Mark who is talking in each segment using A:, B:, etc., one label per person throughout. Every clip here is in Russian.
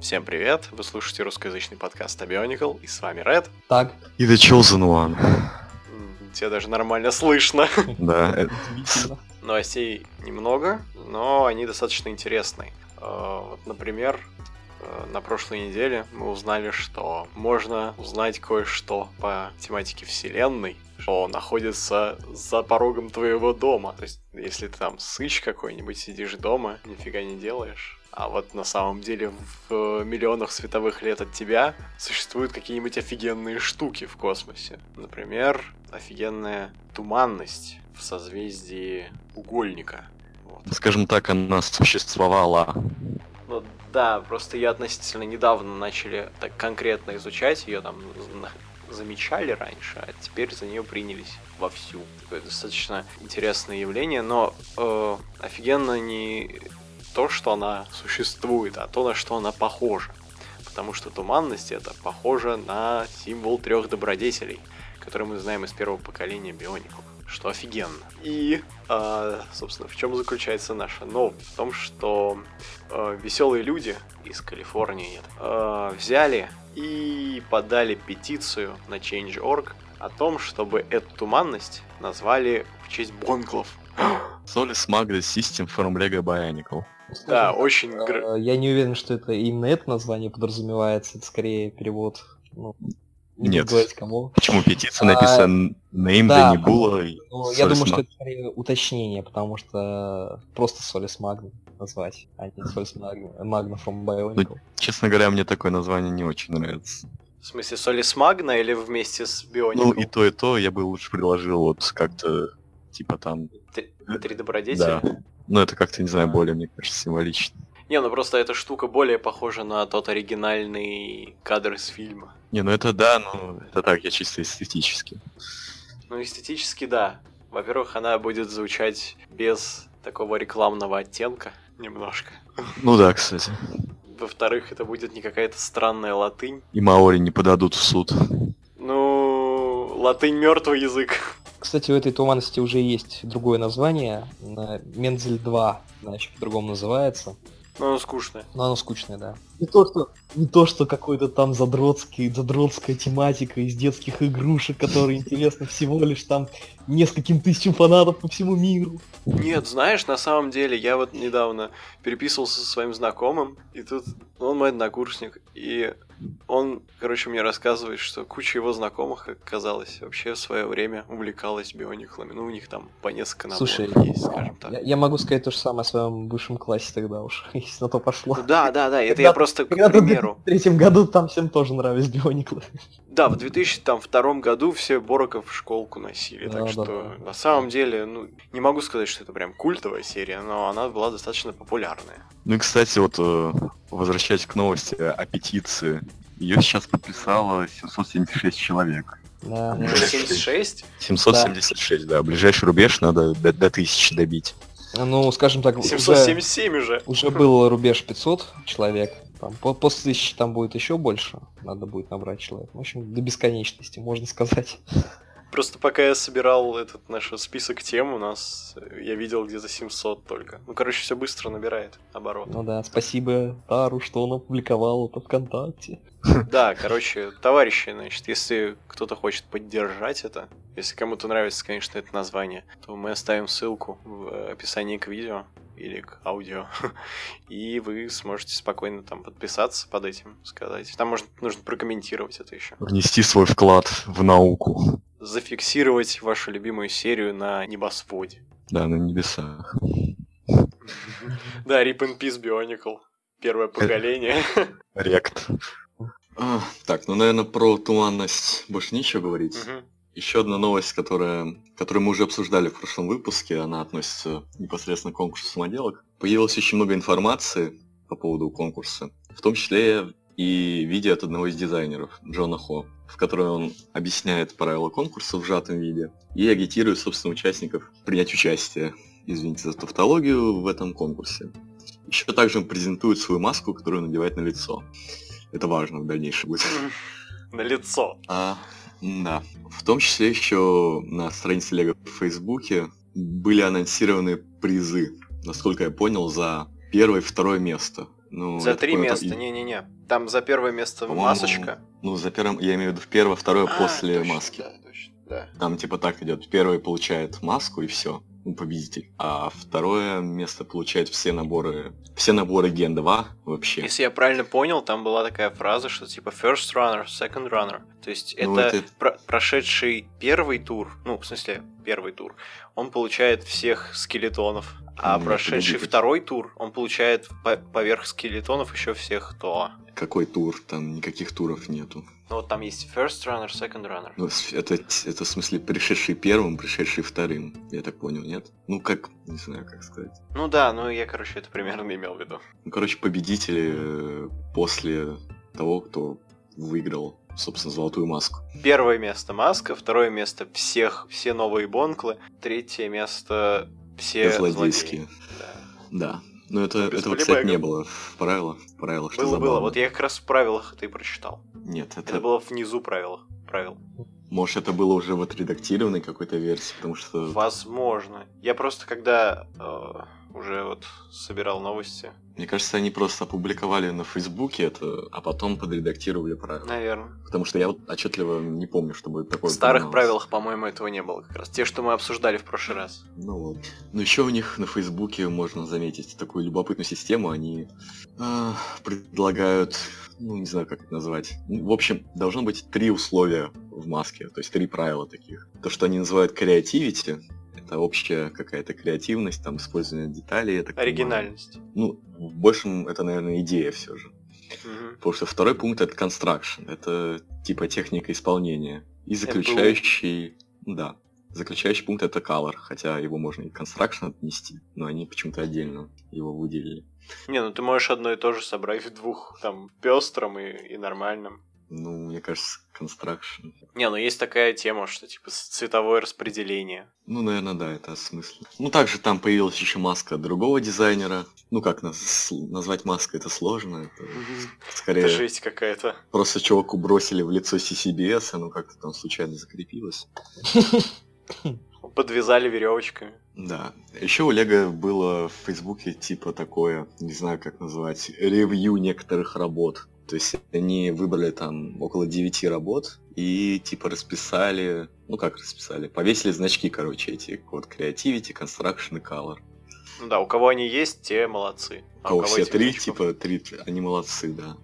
A: Всем привет, вы слушаете русскоязычный подкаст Abionicle, и с вами Ред.
B: Так,
C: И The Chosen One.
A: М, Тебя даже нормально слышно.
C: Да, э,
B: удивительно.
A: Новостей немного, но они достаточно интересны. Э, Вот, например, э, на прошлой неделе мы узнали, что можно узнать кое-что по тематике Вселенной, что находится за порогом твоего дома. То есть, если ты там сыч какой-нибудь, сидишь дома, нифига не делаешь. А вот на самом деле в э, миллионах световых лет от тебя существуют какие-нибудь офигенные штуки в космосе. Например, офигенная туманность в созвездии угольника. Вот.
C: скажем так, она существовала.
A: Ну да, просто ее относительно недавно начали так конкретно изучать, ее там зна- замечали раньше, а теперь за нее принялись вовсю. Такое достаточно интересное явление, но э, офигенно не то, что она существует, а то, на что она похожа. Потому что туманность это похоже на символ трех добродетелей, который мы знаем из первого поколения биоников. Что офигенно. И, э, собственно, в чем заключается наша новость? В том, что Э, веселые люди из Калифорнии э, взяли и подали петицию на Change.org о том, чтобы эту туманность назвали в честь бонклов.
C: Солис Magda System from Lego Bionicle.
A: Да,
B: Скажем,
A: очень... гр-
B: э, Я не уверен, что это именно это название подразумевается, это скорее перевод. Ну, не буду
C: Нет.
B: говорить кому.
C: Почему петиция
B: А,
C: написана Name
B: да.
C: да. Nebula? и
B: Но я
C: Солис
B: думаю, что
C: Маг-
B: это скорее уточнение, потому что просто Солис Магнум назвать, а не Солис Магнум from
C: Ну,
B: Bionicle.
C: Честно говоря, мне такое название не очень нравится.
A: В смысле, Солис Магна или вместе с
C: Ну, и
A: Биоником?
C: то, и то я бы лучше предложил вот как-то, типа там...
A: Три добродетели?
C: Да. Ну, это как-то, не знаю,
A: А.
C: более, мне кажется, символично.
A: Не, ну просто эта штука более похожа на тот оригинальный кадр из фильма.
C: Не, ну это да, но это так, я чисто эстетически.
A: Ну, эстетически, да. Во-первых, она будет звучать без такого рекламного оттенка немножко.
C: Ну да, кстати.
A: Во-вторых, это будет не какая-то странная латынь.
C: И Маори не подадут в суд.
A: Ну, латынь мертвый язык.
B: Кстати, у этой туманности уже есть другое название. на- Мензель 2, она еще по-другому называется.
A: Ну, скучно.
B: Но оно скучное, да. Не то, что, не то, что какой-то там задротский, задротская тематика из детских игрушек, которые интересны всего лишь там нескольким тысячам фанатов по всему миру.
A: Нет, знаешь, на самом деле, я вот недавно переписывался со своим знакомым, и тут он мой однокурсник, и он, короче, мне рассказывает, что куча его знакомых, как казалось, вообще в свое время увлекалась биониклами. Ну, у них там по несколько наборов
B: Слушай,
A: есть, скажем так.
B: Я, я могу сказать то же самое о своем бывшем классе тогда уж, если на то пошло.
A: Ну Да, да, да, это
B: Когда
A: я
B: ты-
A: просто к
B: Когда ты в
A: примеру.
B: 2003 году там всем тоже нравились биониклы.
A: Да, в 2002 году все Бороков в школку носили,
B: Да,
A: так
B: да,
A: что
B: да.
A: на самом деле, ну, не могу сказать, что это прям культовая серия, но она была достаточно популярная.
C: Ну и, кстати, вот э, возвращаясь к новости о петиции. Ее сейчас подписало 776 человек.
B: Да,
C: Ну,
A: 76?
C: 776, да. Ближайший рубеж надо до, до 1000 добить.
B: ну, скажем так, уже,
A: 777 уже.
B: уже был рубеж 500 человек. Там, по- после 1000 там будет еще больше, надо будет набрать человек. В общем, до бесконечности, можно сказать.
A: Просто пока я собирал этот наш список тем, у нас э, я видел где-то 700 только. Ну, короче, все быстро набирает оборот.
B: Ну да, спасибо Тару, что он опубликовал это ВКонтакте.
A: Да, короче, товарищи, значит, если кто-то хочет поддержать это, если кому-то нравится, конечно, это название, то мы оставим ссылку в описании к видео или к аудио, и вы сможете спокойно там подписаться под этим, сказать. Там можно, нужно прокомментировать это еще.
C: Внести свой вклад в науку.
A: Зафиксировать вашу любимую серию на небосводе.
C: Да, на небесах.
A: Да, Rip in Peace Bionicle.
C: Э.
A: Первое поколение.
C: Рект. так, ну, наверное, про туманность больше нечего говорить.
A: Мгм.
C: Еще одна новость, которая, которую мы уже обсуждали в прошлом выпуске, она относится непосредственно к конкурсу самоделок. Появилось очень много информации по поводу конкурса, в том числе и в виде от одного из дизайнеров, Джона Хо, в которой он объясняет правила конкурса в сжатом виде и агитирует, собственно, участников принять участие, извините за тавтологию, в этом конкурсе. Еще также он презентует свою маску, которую он надевает на лицо. Это важно в дальнейшем будет.
A: На лицо.
C: А, да. В том числе еще на странице Лего в Фейсбуке были анонсированы призы, насколько я понял, за первое и второе место. Ну,
A: за
C: это
A: три
C: какое-то-
A: места, не-не-не. Там за первое место
C: По-моему,
A: масочка.
C: Ну, за первым, я имею в виду в первое, второе
A: А,
C: типа, после
A: точно,
C: маски.
A: Да, точно, да.
C: Там типа так идет. Первый получает маску и все. Ну, победитель. А второе место получает все наборы. Все наборы Ген 2 вообще.
A: Если я правильно понял, там была такая фраза, что типа first runner, second runner. То есть
C: Ну,
A: это,
C: это-
A: про- прошедший первый тур, ну, в смысле, первый тур, он получает всех скелетонов. А
C: Ну,
A: прошедший
C: погоди,
A: второй тур, он получает по- поверх скелетонов еще всех то.
C: Какой тур? Там никаких туров нету.
A: Ну вот там есть first runner, second runner.
C: Ну, с- это, это в смысле пришедший первым, пришедший вторым. Я так понял, нет? Ну, как... Не знаю, как сказать.
A: Ну да, ну я, короче, это примерно имел в виду.
C: Ну, короче, победители э, после того, кто выиграл, собственно, золотую маску.
A: Первое место маска, второе место всех, все новые бонклы, третье место все злодейские.
C: Э, Злодейские. Да. Но это,
A: Без
C: этого,
A: полибэга.
C: кстати, не было в правилах. В правилах, что
A: Было-было,
C: забавно.
A: вот я как раз в правилах это и прочитал.
C: Нет, это...
A: Это было внизу правил. правил.
C: Может, это было уже в отредактированной какой-то версии, потому что...
A: Возможно. Я просто когда э, уже вот собирал новости,
C: Мне кажется, они просто опубликовали на Фейсбуке это, а потом подредактировали правила.
A: наверное.
C: Потому что я вот отчетливо не помню, чтобы
A: В
C: такое
A: старых
C: упоминалось.
A: правилах, по-моему, этого не было как раз. Те, что мы обсуждали в прошлый раз.
C: Ну вот. Но еще у них на Фейсбуке можно заметить такую любопытную систему. Они а, предлагают, ну не знаю, как это назвать. Ну, В общем, должно быть три условия в маске, то есть три правила таких. То, что они называют креативити, это общая какая-то креативность, там использование деталей. я так понимаю.
A: Оригинальность.
C: Ну, в большем это, наверное, идея все же.
A: Мгм.
C: Потому что второй пункт это construction, это типа техника исполнения. И
A: ТПУ.
C: заключающий, да, заключающий пункт это color, хотя его можно и construction отнести, но они почему-то отдельно его выделили.
A: Не, ну ты можешь одно и то же собрать в двух, там, пестром и, и нормальном.
C: Ну, мне кажется, construction.
A: Не, ну есть такая тема, что типа с- цветовое распределение.
C: Ну, наверное, да, это смысл. Ну, также там появилась еще маска другого дизайнера. Ну, как нас, с- назвать маской, это сложно. Это скорее
A: Это жесть какая-то.
C: просто чуваку бросили в лицо CCBS, оно как-то там случайно закрепилось.
A: Подвязали веревочками.
C: Да. Еще у Лего было в Фейсбуке типа такое, не знаю как назвать, ревью некоторых работ. То есть они выбрали там около 9 работ и типа расписали, ну как расписали, повесили значки, короче, эти вот Creativity, Construction и Color.
A: Ну да, у кого они есть, те молодцы.
C: А у все
A: этих
C: три,
A: значков
C: типа, три, они молодцы, да.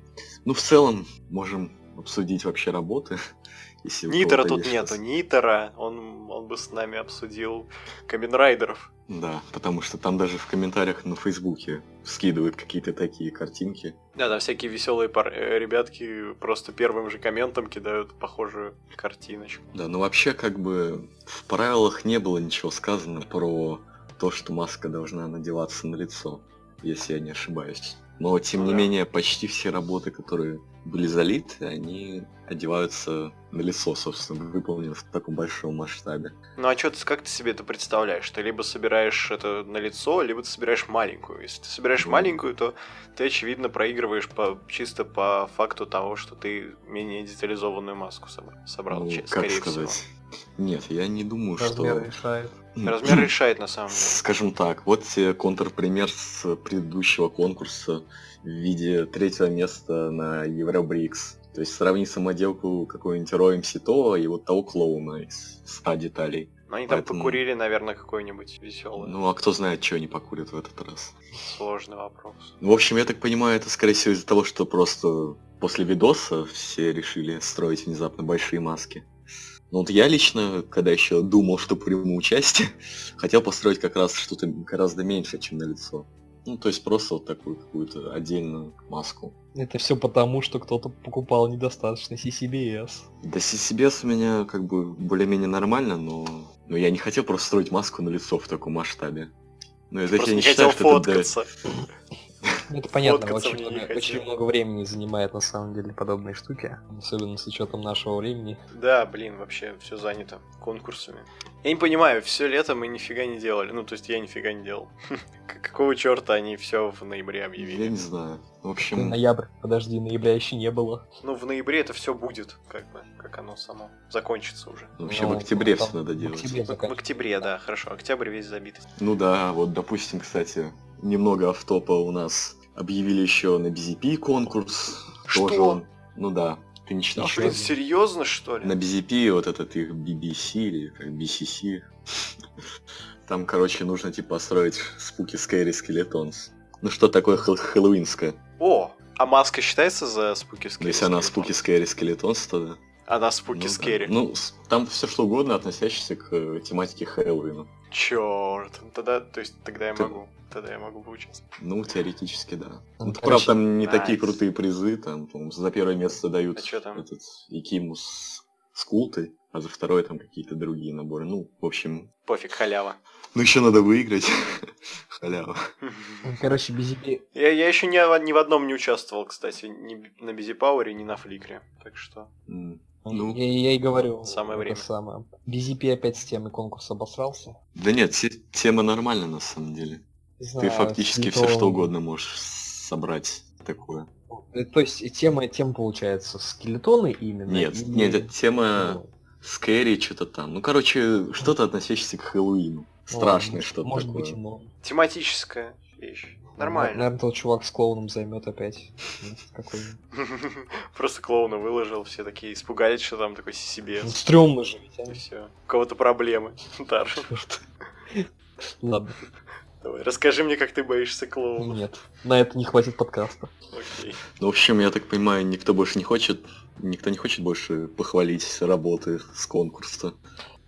C: Ну, в целом, можем обсудить вообще работы. Если у
A: Нитера
C: кого-то
A: тут
C: есть
A: нету,
C: что-
A: Нитера, он, он бы с нами обсудил Каменрайдеров.
C: Да, потому что там даже в комментариях на Фейсбуке скидывают какие-то такие картинки.
A: Да, там всякие веселые пар- э, ребятки просто первым же комментом кидают похожую картиночку.
C: Да, ну вообще как бы в правилах не было ничего сказано про то, что маска должна надеваться на лицо, если я не ошибаюсь. Но тем не
A: Да.
C: менее почти все работы, которые были залиты, они одеваются на лицо, собственно, выполнены в таком большом масштабе.
A: Ну а что ты, как ты себе это представляешь? Ты либо собираешь это на лицо, либо ты собираешь маленькую. Если ты собираешь
C: Ну.
A: маленькую, то ты, очевидно, проигрываешь по, чисто по факту того, что ты менее детализованную маску собра- собрал,
C: Ну,
A: че-
C: как
A: скорее
C: сказать? Нет, я не думаю,
B: Размер
C: что...
B: решает.
A: всего. Размер решает на самом деле.
C: Скажем так, вот тебе контрпример с предыдущего конкурса в виде третьего места на Евробрикс. То есть сравни самоделку какой-нибудь Роем Сито и вот того клоуна из 100 деталей.
A: Но они там
C: Поэтому-
A: покурили, наверное, какой-нибудь веселый.
C: Ну а кто знает, что они покурят в этот раз.
A: Сложный вопрос.
C: Ну, В общем, я так понимаю, это скорее всего из-за того, что просто после видоса все решили строить внезапно большие маски. Ну вот я лично, когда еще думал, что приму участие, хотел построить как раз что-то гораздо меньше, чем на лицо. Ну, то есть просто вот такую какую-то отдельную маску.
B: Это все потому, что кто-то покупал недостаточно CCBS.
C: Да CCBS у меня как бы более-менее нормально, но... но я не хотел просто строить маску на лицо в таком масштабе. Ну, я,
A: Просто не
C: я не
A: хотел
C: считаю, что это... да,
A: фоткаться.
B: Ну, Это понятно,
A: Фоткаться
B: очень
A: мне не
B: много,
A: хотелось.
B: очень много времени занимает на самом деле подобные штуки. Особенно с учетом нашего времени.
A: Да, блин, вообще все занято конкурсами. Я не понимаю, все лето мы нифига не делали. Ну, то есть я нифига не делал. К- Какого черта они все в ноябре
C: Я
A: объявили?
C: не знаю. В
B: Ты
C: общем...
B: ноябрь, подожди, ноября еще не было.
A: Ну, в ноябре это все будет, как бы, как оно само закончится уже.
C: Вообще
B: Ну,
C: в октябре
B: там
C: все надо делать.
B: В октябре
A: В, в
B: заканчивается.
A: октябре, да, хорошо. Октябрь весь забит.
C: Ну да, вот допустим, кстати, немного автопа у нас Объявили еще на BZP конкурс.
A: Что?
C: Тоже он- Ну да, ты не читал, что
A: Блин,
C: ли?
A: серьезно, что
C: На
A: ли?
C: BZP вот этот их BBC или как BCC. Там, короче, нужно типа построить спуки Scary Skeletons. Ну что такое хэл- хэллоуинское?
A: О, а маска считается за спуки
C: Ну,
A: скери?
C: Если она спуки Scary Skeletons, то да.
A: Она
C: Ну
A: спуки
C: да.
A: скери.
C: Ну, с- там все что угодно, относящееся к э, тематике Хэллоуина.
A: Черт. ну Тогда, то есть, тогда я
C: Ты-
A: могу. Тогда я могу поучаствовать.
C: Ну, теоретически, да.
B: Ну,
C: Ну,
B: короче,
C: правда, там не
A: найс.
C: такие крутые призы, там, по-моему, за первое место дают
A: А чё там?
C: этот Якимус с с култой, а за второе там какие-то другие наборы. Ну, в общем,
A: Пофиг, халява.
C: ну еще надо выиграть. Халява.
B: Ну, Короче, BZP
A: Я, я еще ни, о- ни в одном не участвовал, кстати, ни б- на Бизи Пауэре, ни на Фликре. Так что.
C: М, Ну.
B: Я, я и говорю.
A: Самое
B: это
A: время.
B: Самое. BZP опять с темой конкурса обосрался.
C: Да нет, те- тема нормальная на самом деле.
B: Не
C: Ты
B: знаю,
C: фактически
B: не
C: все
B: то-
C: что угодно можешь собрать такое.
B: Э, То есть и тема, и тема получается скелетоны именно?
C: Нет,
B: или-
C: нет, это тема
B: ну,
C: Скэри, что-то там. Ну, короче, что-то относящееся к Хэллоуину. Страшное
B: может-
C: что-то
B: Может
C: такое.
B: быть, и но.
A: Тематическая вещь. Нормально.
B: Наверное, тот чувак с клоуном займет опять. Ну, Какой...
A: Просто клоуна выложил, все такие испугались, что там такой себе.
B: Ну, стрёмно же ведь, а?
A: И все. У кого-то проблемы. Тар,
B: Чёрт. Ладно, ну
A: давай, расскажи мне, как ты боишься клоуна.
B: нет. На это не хватит подкаста.
A: Окей.
C: Ну, в общем, я так понимаю, никто больше не хочет, никто не хочет больше похвалить работы с конкурса.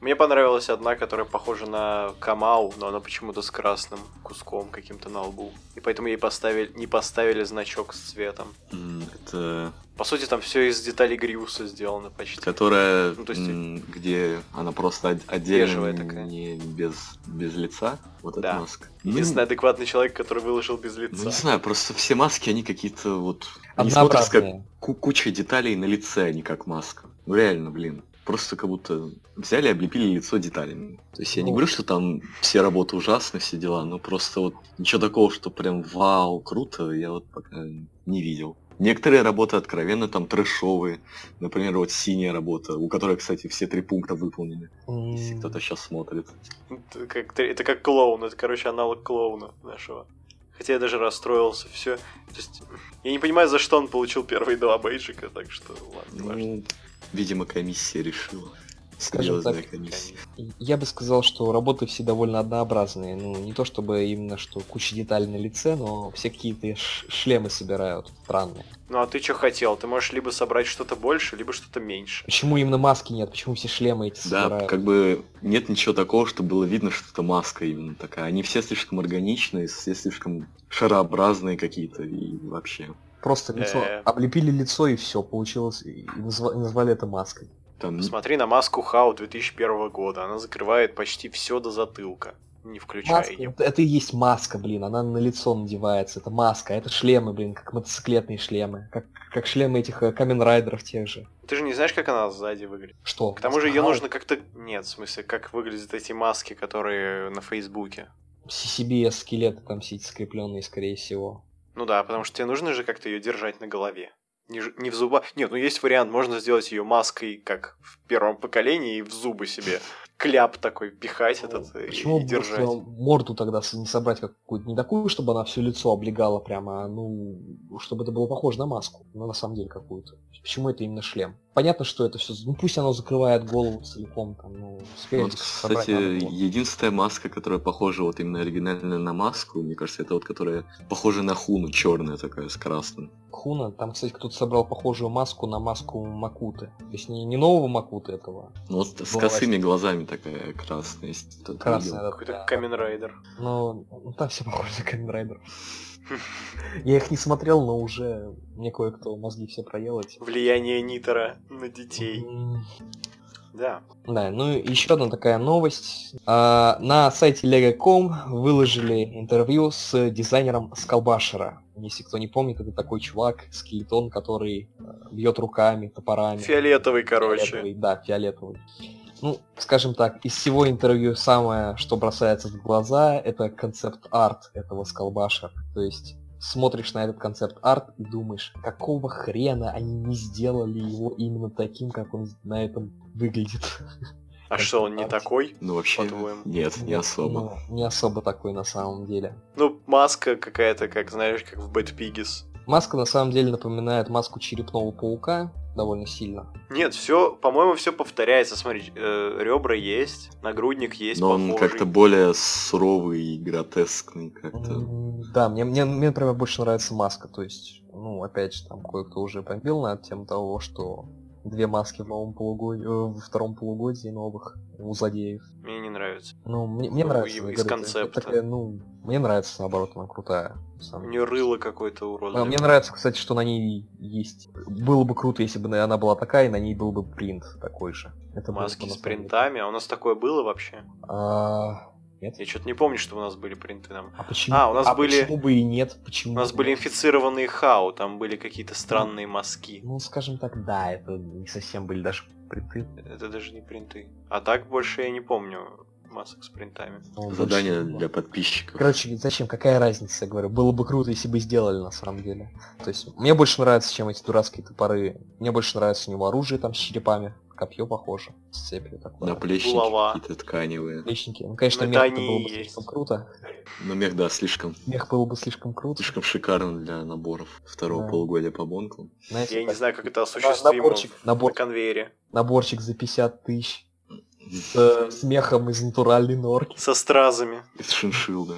A: Мне понравилась одна, которая похожа на Камау, но она почему-то с красным куском каким-то на лбу. И поэтому ей поставили, не поставили значок с цветом.
C: М, Это
A: По сути, там все из деталей Гриуса сделано почти.
C: которая,
A: Ну, то есть-
C: м, где она просто од- отдельно,
A: Бежевая такая.
C: не без, без лица, вот эта
A: Да.
C: маска. Ну,
A: Единственный адекватный человек, который выложил без
C: ну, не
A: лица.
C: знаю, просто все маски, они какие-то вот... Они смотрятся как
B: Однообразная.
C: ку- куча деталей на лице, а не как маска. Ну реально, блин. Просто как будто взяли и облепили лицо деталями. То есть я не
B: Ну.
C: говорю, что там все работы ужасны, все дела, но просто вот ничего такого, что прям вау, круто, я вот пока не видел. Некоторые работы откровенно там трэшовые. Например, вот синяя работа, у которой, кстати, все три пункта выполнены.
B: М,
C: Если кто-то сейчас смотрит.
A: Это как, это как клоун, это, короче, аналог клоуна нашего. Хотя я даже расстроился, все. То есть, я не понимаю, за что он получил первые два бейджика, так что ладно, не важно.
C: Ну, видимо, комиссия решила.
B: Скажем
C: Серьезная
B: так,
C: комиссия.
B: Я бы сказал, что работы все довольно однообразные. Ну, не то чтобы именно, что куча деталей на лице, но все какие-то ш- шлемы собирают странные.
A: Ну а ты что хотел? Ты можешь либо собрать что-то больше, либо что-то меньше.
B: Почему именно маски нет? Почему все шлемы эти
C: Да,
B: собирают?
C: как бы нет ничего такого, что было видно, что это маска именно такая. Они все слишком органичные, все слишком шарообразные какие-то и вообще.
B: Просто лицо,
A: Э.
B: облепили лицо и все, получилось, и назва- и назвали это маской.
C: Там ну,
A: Посмотри на маску Хау 2001 года. Она закрывает почти все до затылка, не включая
B: Маска,
A: ее.
B: это, это и есть маска, блин, она на лицо надевается, это маска, это шлемы, блин, как мотоциклетные шлемы, как, как шлемы этих э, каменрайдеров тех же.
A: Ты же не знаешь, как она сзади выглядит.
B: Что?
A: К тому же ее
B: Ау,
A: нужно как-то... Нет, в смысле, как выглядят эти маски, которые на Фейсбуке.
B: CCBS скелеты там все эти скрепленные, скорее всего.
A: Ну да, потому что тебе нужно же как-то ее держать на голове. Не, ж- не в зубах. Нет, ну есть вариант, можно сделать ее маской, как в первом поколении, и в зубы себе кляп такой пихать этот э, и-
B: Ну, Почему
A: и
B: бы просто
A: держать.
B: морду тогда с- не собрать как какую-то не такую, чтобы она все лицо облегала прямо, а, ну, чтобы это было похоже на маску, но на самом деле какую-то. Почему это именно шлем? Понятно, что это все, ну пусть оно закрывает голову целиком, там, ну, скорее
C: Вот,
B: всего, собрать
C: кстати,
B: надо было.
C: единственная маска, которая похожа вот именно оригинально на маску, мне кажется, это вот которая похожа на хуну, черная такая, с красным.
B: Хуна, там, кстати, кто-то собрал похожую маску на маску Макуты. То есть не, не нового Макуты этого,
C: Ну вот с
B: Бывает.
C: косыми глазами такая красная. если кто-то
B: красная. да,
A: Какой-то
B: да.
A: Камен Райдер.
B: а, Но ну, там все похожи на каменрайдеров. Я их не смотрел, но уже мне кое-кто мозги все проел эти.
A: Влияние Нитера на детей.
B: М,
A: Да.
B: Да, ну и еще одна такая новость. А, на сайте Lego.com выложили интервью с дизайнером Скалбашера. Если кто не помнит, это такой чувак, скелетон, который э, бьет руками, топорами.
A: Фиолетовый, короче.
B: Фиолетовый, да, фиолетовый. Ну, скажем так, из всего интервью самое, что бросается в глаза, это концепт-арт этого скалбаша. То есть смотришь на этот концепт-арт и думаешь, какого хрена они не сделали его именно таким, как он на этом выглядит.
A: А что, он не
B: Артик.
A: такой,
C: Ну вообще,
A: по-твоему?
C: нет, не особо.
B: Ну, не особо такой на самом деле.
A: Ну, маска какая-то, как, знаешь, как в Бэт Пиггис.
B: Маска на самом деле напоминает маску черепного паука довольно сильно.
A: Нет, все, по-моему, все повторяется. Смотри, э, ребра есть, нагрудник есть,
C: Но он
A: похожий.
C: как-то более суровый и гротескный как-то.
B: М, Да, мне, мне, мне, например, больше нравится маска. То есть, ну, опять же, там кое-кто уже бомбил на тему того, что две маски в новом полугодии, э, во втором полугодии новых у злодеев.
A: Мне не нравится.
B: Ну, мне, мне
A: Ну,
B: нравится.
A: и-
B: я
A: из
B: говорю, это
A: концепта.
B: такая, ну, мне нравится, наоборот, она крутая. на
A: У
B: самом
A: нее рыло какое-то
B: А, Мне
A: уродливое.
B: нравится, кстати, что на ней есть. Было бы круто, если бы она была такая, и на ней был бы принт такой же. Это было бы,
A: Маски
B: на
A: с
B: самом деле.
A: принтами. А у нас такое было вообще?
B: А, нет.
A: Я что-то не помню, что у нас были принты. Нам.
B: А почему?
A: А, у нас были-
B: почему бы и нет? Почему?
A: У нас были инфицированные хау, там были какие-то странные мазки.
B: Ну, скажем так, да, это не совсем были даже принты.
A: Это даже не принты. А так больше я не помню масок с принтами.
B: Ну,
C: Задание
B: больше-
C: для подписчиков.
B: Короче, зачем? Какая разница, я говорю. Было бы круто, если бы сделали, на самом деле. То есть, мне больше нравится, чем эти дурацкие топоры. Мне больше нравится у него оружие там с черепами. Копье похоже. С цепью такое.
C: На плечи
A: Булава.
C: какие-то тканевые.
B: Наплечники. Ну, конечно,
A: Ну,
B: мех
A: это
B: это
A: они
B: было
A: и
B: бы
A: есть.
B: слишком круто.
C: Но мех, да, слишком,
B: Мех было бы слишком круто.
C: слишком шикарен для наборов второго
B: Да.
C: полугодия по бонкам.
B: Знаете,
A: Я не
B: так,
A: знаю, как это
B: на-
A: осуществимо
B: наборчик,
A: на
B: набор,
A: конвейере.
B: наборчик за 50 тысяч с э, с мехом из натуральной норки.
A: Со стразами.
C: Из шиншилда.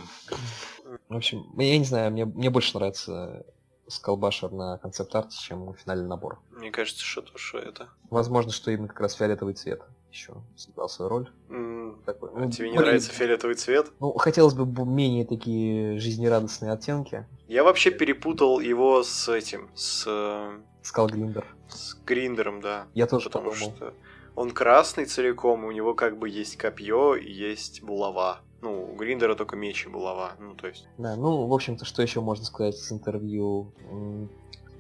B: В общем, я не знаю, мне, мне больше нравится скалбашер на концепт-арте, чем финальный набор.
A: Мне кажется, что то, что это.
B: Возможно, что именно как раз фиолетовый цвет еще сыграл свою роль.
A: М,
B: Такой,
A: а
B: ну,
A: Тебе не
B: более-
A: нравится фиолетовый цвет?
B: Ну, хотелось бы бо- менее такие жизнерадостные оттенки.
A: Я вообще перепутал его с этим, с, э,
B: Скалгриндер.
A: с гриндером, да.
B: Я тоже
A: Потому
B: подумал.
A: что он красный целиком, и у него как бы есть копье и есть булава. Ну, у гриндера только меч и булава. Ну, то есть.
B: Да, ну, в общем-то, что еще можно сказать с интервью? М,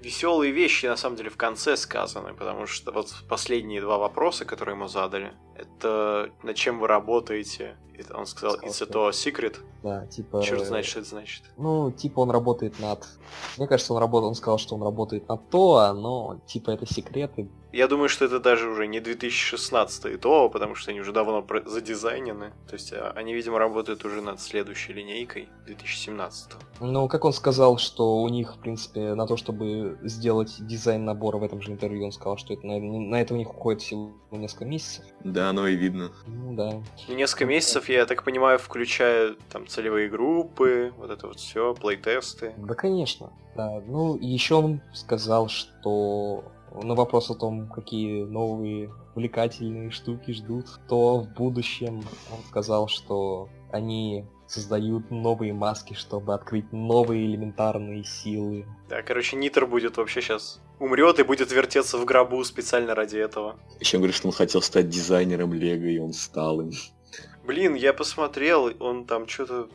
A: Веселые вещи на самом деле в конце сказаны, потому что вот последние два вопроса, которые ему задали, это над чем вы работаете? И он сказал, it's a to secret.
B: Да, типа...
A: Черт знает, что это значит.
B: Ну, типа он работает над... Мне кажется, он работал, он сказал, что он работает над то, но типа это секреты.
A: Я думаю, что это даже уже не 2016 и то, потому что они уже давно про- задизайнены. То есть а, они, видимо, работают уже над следующей линейкой 2017.
B: Ну, как он сказал, что у них, в принципе, на то, чтобы сделать дизайн набора в этом же интервью, он сказал, что это, на, на это у них уходит всего несколько месяцев.
C: Да, оно и видно.
B: Ну да.
A: Ну, несколько месяцев, я так понимаю, включая там целевые группы, вот это вот все, плейтесты.
B: Да, конечно. Да. Ну, еще он сказал, что на вопрос о том, какие новые увлекательные штуки ждут, то в будущем он сказал, что они создают новые маски, чтобы открыть новые элементарные силы.
A: Да, короче, Нитр будет вообще сейчас умрет и будет вертеться в гробу специально ради этого.
C: Еще он говорит, что он хотел стать дизайнером Лего, и он стал им.
A: Блин, я посмотрел, он там что-то...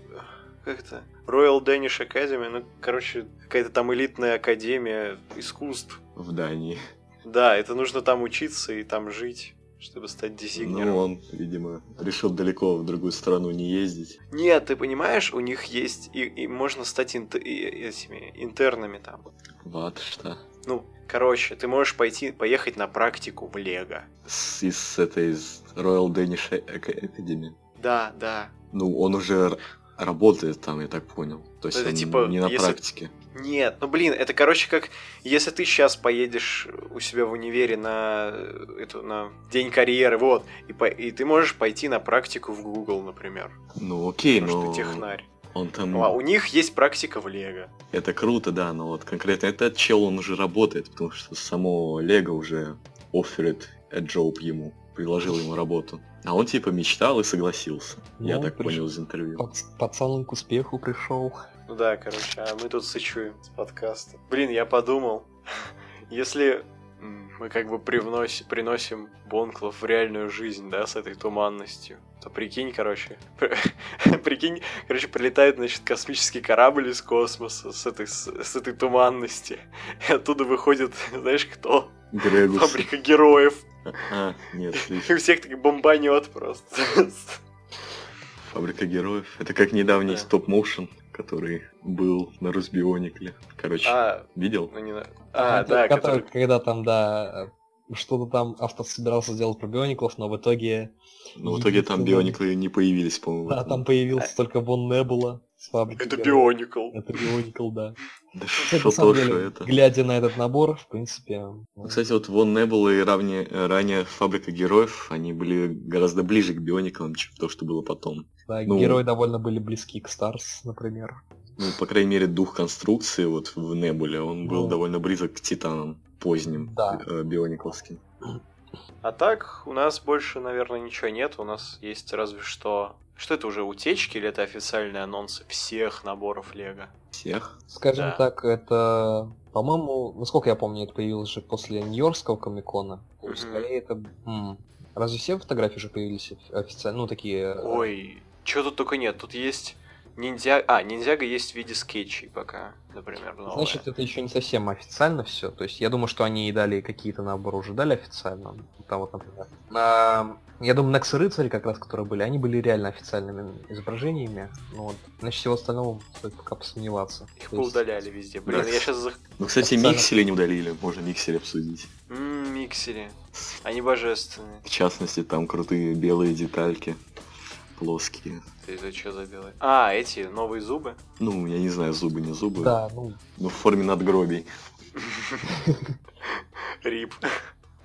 A: Как это? Royal Danish Academy, ну, короче, какая-то там элитная академия искусств.
C: в Дании.
A: Да, это нужно там учиться и там жить, чтобы стать дизайнером.
C: Ну, он, видимо, решил далеко в другую страну не ездить.
A: Нет, ты понимаешь, у них есть... И, и можно стать инт- и- этими интернами там.
C: Вот что.
A: Ну, короче, ты можешь пойти, поехать на практику в Лего.
C: С, из этой из Royal Danish Ac- Academy.
A: Да, да.
C: Ну, он уже р- работает там, я так понял. То есть
A: Это
C: он
A: типа,
C: не на
A: если-
C: практике.
A: Нет, ну блин, это короче как если ты сейчас поедешь у себя в универе на э, эту на день карьеры, вот, и, по- и ты можешь пойти на практику в Google, например,
C: Ну, окей,
A: потому
C: но
A: что ты технарь.
C: он там...
A: Ну, а у них есть практика в Лего.
C: Это круто, да, но вот конкретно этот чел, он уже работает, потому что само Лего уже оферит джоб ему, предложил ему работу. А он типа мечтал и согласился. я
B: Ну,
C: так
B: приш-
C: понял из интервью.
B: Пац- Пацан он к успеху пришел.
A: Ну да, короче, а мы тут сычуем с подкаста. Блин, я подумал, если м, мы как бы привнос- приносим Бонклов в реальную жизнь, да, с этой туманностью, то прикинь, короче, при- прикинь, короче, прилетает, значит, космический корабль из космоса с этой, с, с этой туманности, и оттуда выходит, знаешь, кто?
C: Грегус.
A: Фабрика героев.
C: А, нет, слышь,
A: И у всех так бомбанет просто.
C: фабрика героев. Это как недавний
A: Да.
C: стоп-моушен, который был на Русбионикле. Короче,
A: А,
C: видел?
A: ну не на... А, да,
B: который,
A: который...
B: когда там, да, что-то там автор собирался сделать про биониклов, но в итоге...
C: Но Ну, в итоге там
B: единственное-
C: биониклы не появились, по-моему. в
B: Да,
C: этом.
B: там появился только Вон Небула с фабрики.
A: Это
B: Бионикл.
A: Бионикл.
B: Это Бионикл, да.
C: Да
B: Кстати,
C: Что
B: на самом
C: то, что
B: деле,
C: это.
B: глядя на этот набор, в принципе... ну,
C: Кстати, вот Вон Небл и равне- ранее Фабрика Героев, они были гораздо ближе к биониклам, чем то, что было потом.
B: да,
C: ну-
B: Герои довольно были близки к Старс, например.
C: Ну, по крайней мере, дух конструкции вот в Небуле, он был
B: Ну.
C: довольно близок к Титанам поздним,
B: Да.
C: э, бионикловским.
A: А так, у нас больше, наверное, ничего нет. У нас есть разве что... Что это уже, утечки или это официальные анонсы всех наборов Лего?
C: Всех.
B: Скажем
A: Да.
B: так, это, по-моему, насколько я помню, это появилось же после Нью-Йоркского комикона.
A: Мгм.
B: Скорее это... м, Разве все фотографии уже появились офи- официально? Ну, такие... э,
A: Ой, чего тут только нет. Тут есть ниндзя... А, ниндзяга есть в виде скетчей пока, например, новая.
B: Значит, это еще не совсем официально все. То есть я думаю, что они и дали какие-то наборы уже дали официально. Там вот, например. а, я думаю, Некс и Рыцарь как раз, которые были, они были реально офицальными изображениями. Ну вот. Значит, всего остального стоит пока посомневаться.
A: Их
B: То есть-
A: поудаляли везде. Блин,
C: Да.
A: я сейчас за...
C: Ну, кстати,
B: Официально.
C: миксели не удалили, можно миксели обсудить.
A: М, миксели. Они божественные.
C: В частности, там крутые белые детальки, плоские.
A: Ты за что за белые? А, эти новые зубы.
C: Ну, я не знаю, зубы не зубы,
B: Да, ну,
C: но в форме надгробий.
A: Рип.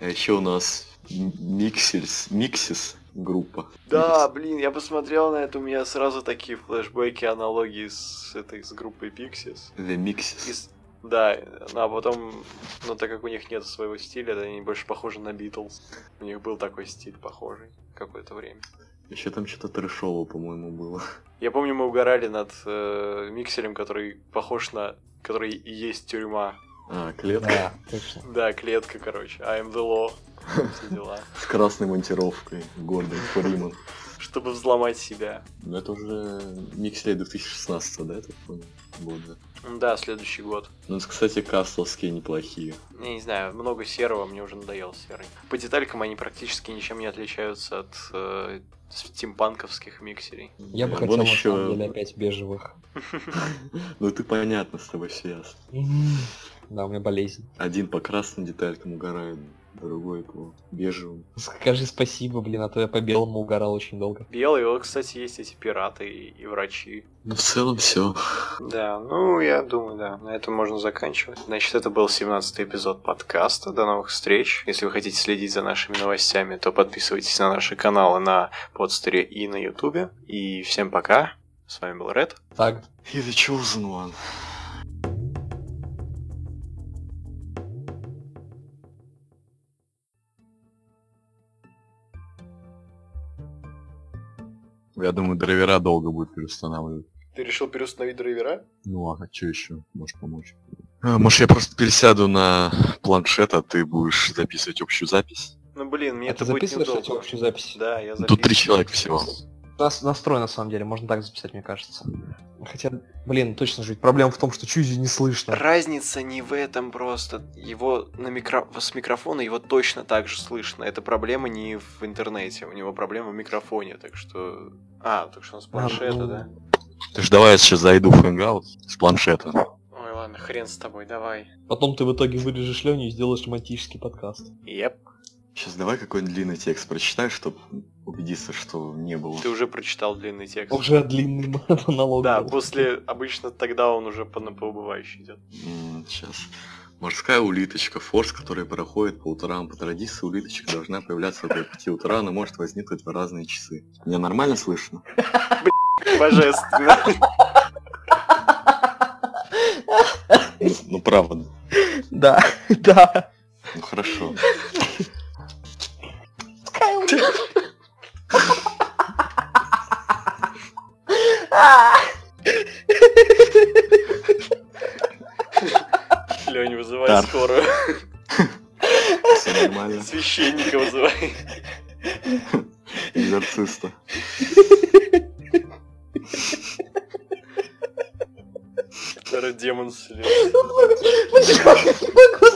C: А еще у нас М- Миксельс, Миксис группа.
A: Да, блин, я посмотрел на это, у меня сразу такие флешбеки, аналогии с этой с группой Pixies.
C: The
A: И
C: Mixes.
A: с- Да, ну, а потом, ну так как у них нет своего стиля, да, они больше похожи на Битлз. У них был такой стиль похожий какое-то время.
C: Еще там что-то трешово, по-моему, было.
A: Я помню, мы угорали над э, миксерем, который похож на... который и есть тюрьма.
C: А, клетка
B: да, точно.
A: Да, клетка, короче. I'm the law. Все дела.
C: с красной монтировкой, Гордон Фриман.
A: Чтобы взломать себя.
C: Ну это уже Микселей 2016, да, я так понял? года.
A: Да, следующий год.
C: Ну, это, кстати, касловские неплохие.
A: Я не знаю, много серого, мне уже надоел серый. По деталькам они практически ничем не отличаются от э, стимпанковских миксерей.
B: Я бы
C: Э,
B: хотел,
C: вон
B: на самом
C: еще...
B: деле, опять бежевых.
C: Ну ты понятно, с тобой все ясно.
B: М, Да, у меня болезнь.
C: Один по красным деталькам угорает, другой по бежевым.
B: Скажи спасибо, блин, а то я по белому угорал очень долго.
A: Белый, вот, кстати, есть эти пираты и, и врачи.
C: Ну, в целом все.
A: Да, ну, я думаю, да, на этом можно заканчивать. Значит, это был 17 эпизод подкаста. До новых встреч. Если вы хотите следить за нашими новостями, то подписывайтесь на наши каналы на подстере и на ютубе. И всем пока. С вами был Ред.
B: Так,
C: И the chosen one.
D: Я думаю, драйвера долго будет переустанавливать.
A: Ты решил переустановить драйвера?
D: Ну а что еще может помочь? А, Может, я просто пересяду на планшет, а ты будешь записывать общую запись?
A: Ну, блин, мне
B: а
A: это
B: ты
A: будет
B: записываешь
A: неудобно.
B: эти общие записи?
A: Да, я
D: Ну,
A: записываю.
D: Тут три человека всего.
B: Нас настрой на самом деле, можно так записать, мне кажется. Хотя, блин, точно же, ведь проблема в том, что Чузи не слышно.
A: Разница не в этом просто. Его на микро... с микрофона его точно так же слышно. Это проблема не в интернете, у него проблема в микрофоне, так что... А, так что у нас планшета,
B: ну.
A: да?
D: Ты ж давай я сейчас зайду в Hangout с планшета.
A: Ой, ладно, хрен с тобой, давай.
B: Потом ты в итоге вырежешь Леню и сделаешь романтический подкаст.
A: Еп,
C: Сейчас давай какой-нибудь длинный текст прочитай, чтобы убедиться, что не было.
A: ты уже прочитал длинный текст.
B: Уже длинный монолог.
A: Да,
B: был.
A: после... Обычно тогда он уже по, по убывающей идет.
C: Сейчас. Морская улиточка, форс, который проходит по утрам. По традиции улиточка должна появляться около 5 утра, но может возникнуть в разные часы. Меня нормально слышно?
A: Божественно.
C: Ну, ну, правда.
B: Да, да.
C: Ну хорошо.
A: Лень, вызывай
C: Тар.
A: скорую.
C: Все нормально.
A: Священника вызывай.
C: Экзорциста.
A: Старый демон слез.
B: Почему?